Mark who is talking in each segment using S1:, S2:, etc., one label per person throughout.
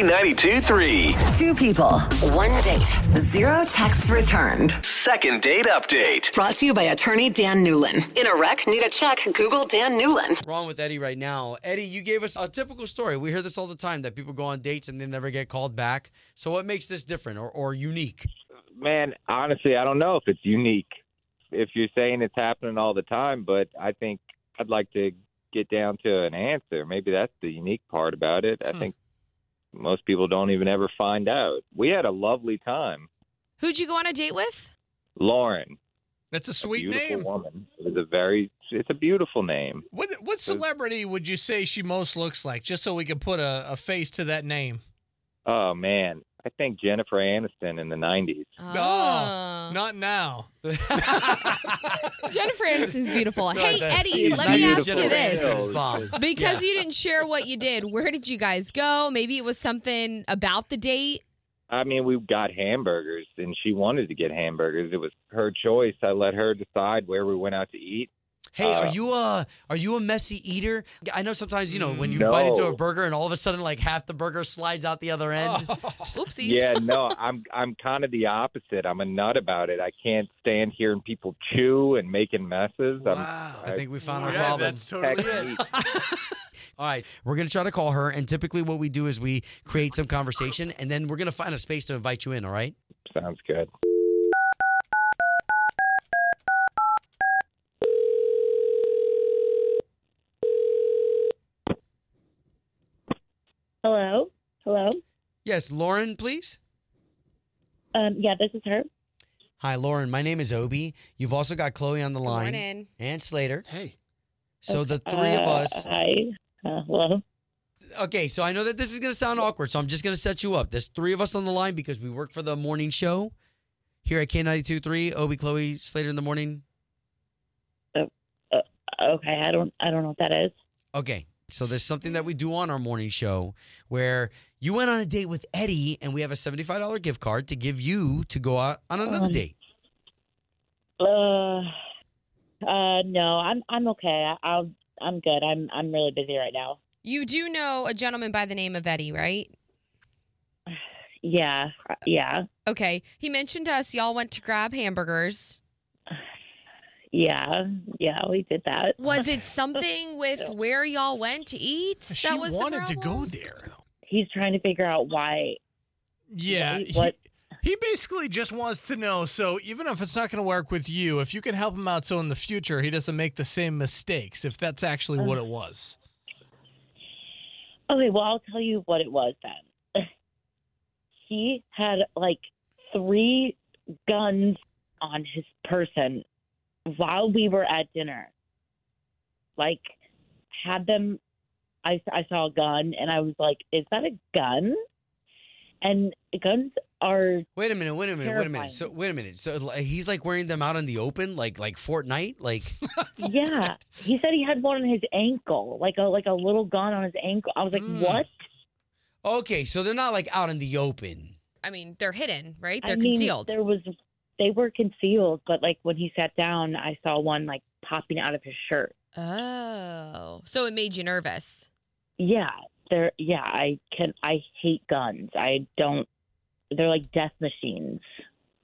S1: K92 3.
S2: Two people, one date, zero texts returned.
S1: Second date update.
S2: Brought to you by attorney Dan Newlin. In a wreck, need a check, Google Dan Newlin.
S3: wrong with Eddie right now. Eddie, you gave us a typical story. We hear this all the time that people go on dates and they never get called back. So what makes this different or, or unique?
S4: man, honestly, I don't know if it's unique. If you're saying it's happening all the time, but I think I'd like to get down to an answer. Maybe that's the unique part about it. I
S3: Hmm.
S4: think most people don't even ever find out. We had a lovely time.
S5: Who'd you go on a date with?
S4: Lauren,
S6: That's a
S4: a
S6: sweet
S4: beautiful
S6: name.
S4: woman. It was a very it's a beautiful name.
S6: What what celebrity would you say she most looks like? Just so we could put a, a face to that name.
S4: Oh man, I think Jennifer Aniston in the 90s.
S5: Oh. Ah.
S6: Not now.
S5: Oh. Jennifer Aniston's beautiful.
S3: Sorry,
S5: hey,
S3: that-
S5: Eddie, let
S4: Not
S5: me ask
S4: beautiful. Jennifer
S5: you this.
S4: Aniston.
S3: Bob.
S5: Because you didn't share what you did, where did you guys go? Maybe it was something about the date.
S4: I mean, we got hamburgers, and she wanted to get hamburgers. It was her choice. I let her decide where we went out to eat.
S3: Hey, are
S4: Uh,
S3: you a are you a messy eater? I know sometimes you know when you
S4: No.
S3: bite into a burger and all of a sudden like half the burger slides out the other end.
S5: Oopsies.
S4: Yeah, no, I'm I'm kind of the opposite. I'm a nut about it. I can't stand hearing people chew and making messes.
S6: Wow.
S3: I think we found our
S6: Yeah,
S3: problem.
S6: that's
S4: I'm
S6: totally it.
S4: technique.
S3: All right, we're gonna try to call her, and typically what we do is we create some conversation, and then we're gonna find a space to invite you in. All right.
S4: Sounds good.
S7: Hello? Hello?
S3: Yes, Lauren, please.
S7: Um, yeah, this is her.
S3: Hi, Lauren. My name is Obi. You've also got Chloe on the line
S5: Morning.
S3: and Slater.
S6: Hey.
S3: So the three of
S7: Uh,
S3: us.
S7: Hi. Uh, hello?
S3: Okay, so I know that this is going to sound awkward, so I'm just going to set you up. There's three of us on the line because we work for the morning show here at K92.3. Obi, Chloe, Slater in the morning.
S7: Okay, I don't I don't know what that is.
S3: Okay, so there's something that we do on our morning show where you went on a date with Eddie, and we have a $75 gift card to give you to go out on another
S7: Um,
S3: date.
S7: Uh, uh no, I'm I'm okay. I, I'll I'm good. I'm I'm really busy right now.
S5: You do know a gentleman by the name of Eddie, right?
S7: Yeah. uh, Yeah.
S5: Okay. He mentioned to us y'all went to grab hamburgers.
S7: Yeah. Yeah, we did that.
S5: Was it something with where y'all went to eat?
S6: She
S5: that was the
S6: wanted to go
S5: problem?
S6: there.
S7: He's trying to figure out why
S6: Yeah.
S7: Wait,
S6: He,
S7: what?
S6: he basically just wants to know. So even if it's not going to work with you, if you can help him out, so in the future he doesn't make the same mistakes. If that's actually what it was.
S7: Okay, well, I'll tell you what it was then. he had like three guns on his person while we were at dinner. Like, had them. I, I saw a gun and I was like, is that a gun? And guns are.
S3: Wait a minute, wait a minute, wait a minute.
S7: Terrifying.
S3: So wait a minute. So like, he's like wearing them out in the open, like like Fortnite, like
S7: Yeah. He said he had one on his ankle, like a like a little gun on his ankle. I was like,
S6: Mm.
S7: what?
S3: okay, so they're not like out in the open.
S5: I mean, they're hidden, right? They're
S7: I mean,
S5: concealed.
S7: There was they were concealed, but like when he sat down, I saw one like popping out of his shirt.
S5: Oh. So it made you nervous.
S7: Yeah, they're yeah. I can I hate guns. I don't. They're like death machines.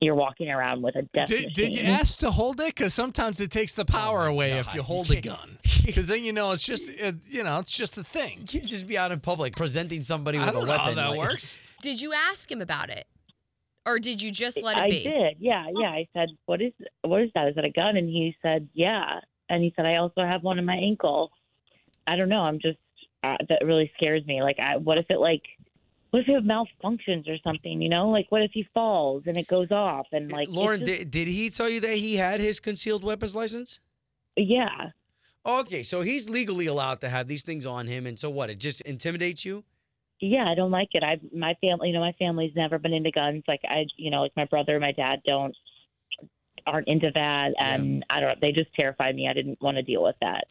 S7: You're walking around with a death
S6: Did,
S7: machine.
S6: did you ask to hold it? Because sometimes it takes the power
S3: my
S6: away
S3: God.
S6: if Oh you hold
S3: You
S6: a
S3: can't-
S6: gun. Because then you know it's just it, you know it's just a
S3: You
S6: thing.
S3: can't just be out in public presenting somebody with
S6: I don't
S3: a
S6: know
S3: weapon.
S6: how that
S3: like-
S6: works.
S5: Did you ask him about it? Or did you just let it
S7: I
S5: be?
S7: did. Yeah, yeah. I said, "What is what is that? Is that a gun?" And he said, "Yeah." And he said, "I also have one in my ankle." I don't know. I'm just uh, that really scares me. Like, I, what if it like what if it malfunctions or something? You know, like what if he falls and it goes off and like it's
S3: Lauren,
S7: just-
S3: did, did he tell you that he had his concealed weapons license?
S7: yeah,
S3: Okay, so he's legally allowed to have these things on him, and so what? It just intimidates you?
S7: yeah. I don't like it. I my family, you know, my family's never been into guns. Like I, you know, like my brother, and my dad don't aren't into that, and I don't. They just terrify me. I didn't want to deal with that.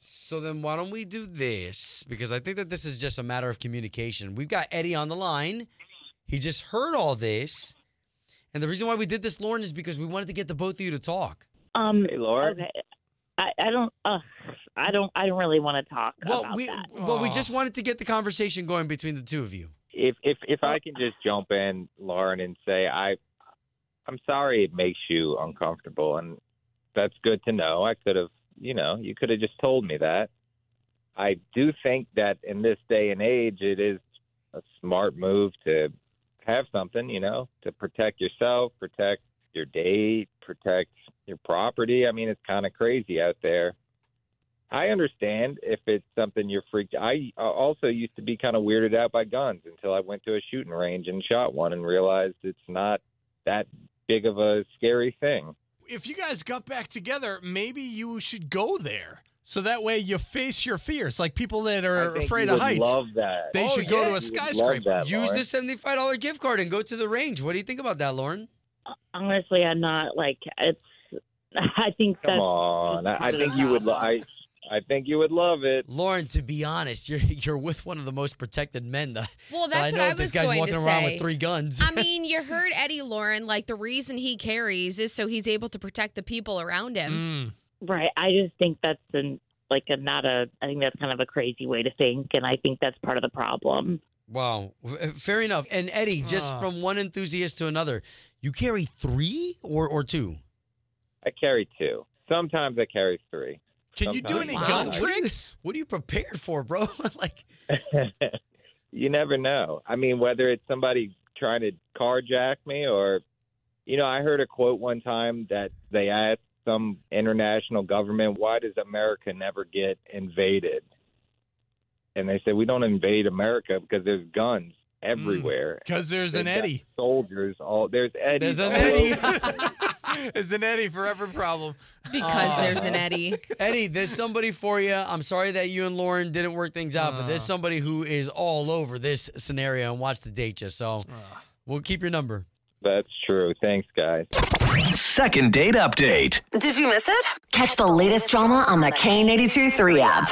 S3: So then why don't we do this? Because I think that this is just a matter of communication. We've got Eddie on the line. He just heard all this. And the reason why we did this, Lauren, is because we wanted to get the both of you to talk.
S7: Um,
S4: Hey, Laura.
S7: Okay. I, I don't. Uh, I don't. I don't really want to talk
S3: Well,
S7: about
S3: we
S7: that.
S3: well, we
S6: Aw.
S3: just wanted to get the conversation going between the two of you.
S4: if if if I can just jump in, Lauren, and say I, I'm sorry it makes you uncomfortable, and that's good to know. I could have, you know, you could have just told me that. I do think that in this day and age, it is a smart move to have something, you know, to protect yourself, protect your date, protect your property. I mean, it's kind of crazy out there. I understand if it's something you're freaked. I uh, also used to be kind of weirded out by guns until I went to a shooting range and shot one and realized it's not that big of a scary thing.
S6: If you guys got back together, maybe you should go there. So that way you face your fears. Like people that
S4: I
S6: are
S4: think
S6: afraid
S4: you
S6: of
S4: would
S6: heights.
S4: Love that.
S6: They
S3: Oh,
S6: should go
S3: yeah. You
S6: to
S3: would
S6: a
S3: love
S6: skyscraper.
S4: that,
S3: Use
S4: Lauren.
S3: the seventy-five dollar gift card and go to the range. What do you think about that, Lauren?
S7: Honestly, I'm not like it's. I think
S4: Come
S7: that's
S4: on, I, I think you would. Lo- I, I think you would love it.
S3: Lauren, to be honest, you're you're with one of the most protected men. That,
S5: Well,
S3: that
S5: that's
S3: I know
S5: what I
S3: if this
S5: was
S3: guy's
S5: going
S3: walking
S5: to
S3: around
S5: say.
S3: with three guns.
S5: I mean, you heard Eddie Lauren. Like the reason he carries is so he's able to protect the people around him.
S6: Mm.
S7: right. I just think that's an like a not a. I think that's kind of a crazy way to think, and I think that's part of the problem.
S3: wow, F- eh, fair enough. And Eddie, just
S6: Ah.
S3: from one enthusiast to another, you carry three or or two.
S4: I carry two. Sometimes I carry three.
S6: Can you do
S4: Sometimes
S6: any
S5: Wow.
S6: gun
S5: What
S3: do you-
S6: tricks?
S3: What are you prepared for, bro? like,
S4: you never know. I mean, whether it's somebody trying to carjack me or, you know, I heard a quote one time that they asked some international government, why does America never get invaded? And they said, we don't invade America because there's guns everywhere.
S6: Because there's an
S4: They've got
S6: Eddie.
S4: Soldiers, all there's Eddie.
S3: there's an
S4: all
S3: Eddie.
S4: over.
S6: there's an Eddie for every problem.
S3: Mm.
S5: Because
S6: Aw.
S5: there's an Eddie.
S3: Eddie, there's somebody for you. I'm sorry that you and Lauren didn't work things out, but there's
S6: Ah.
S3: somebody who is all over this scenario and wants to date you. So
S6: Ah.
S3: we'll keep your number.
S4: That's true. Thanks, guys.
S1: Second date update.
S2: Did you miss it? Catch the latest drama on the K82 3 app.